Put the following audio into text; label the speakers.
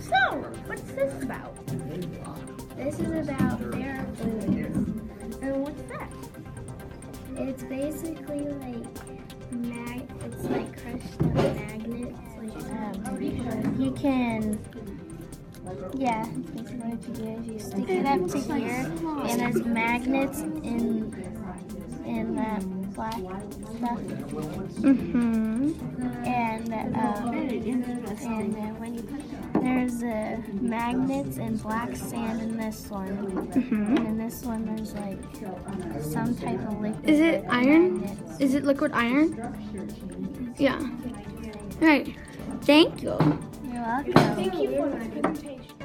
Speaker 1: So, what's this about?
Speaker 2: This is about their balloons.
Speaker 1: And what's that?
Speaker 2: It's basically like mag. It's like crushed up magnets. Like um, you can. Yeah, basically what you do is you stick it up to here, and there's magnets in in that black stuff,
Speaker 1: Mm-hmm.
Speaker 2: and um, and uh, when you there's uh, magnets and black sand in this one.
Speaker 1: Mm-hmm.
Speaker 2: And in this one, there's like some type of liquid.
Speaker 1: Is it iron?
Speaker 2: magnets.
Speaker 1: Is it liquid iron? Yeah. All right. Thank you.
Speaker 2: You're welcome.
Speaker 3: Thank you for the presentation.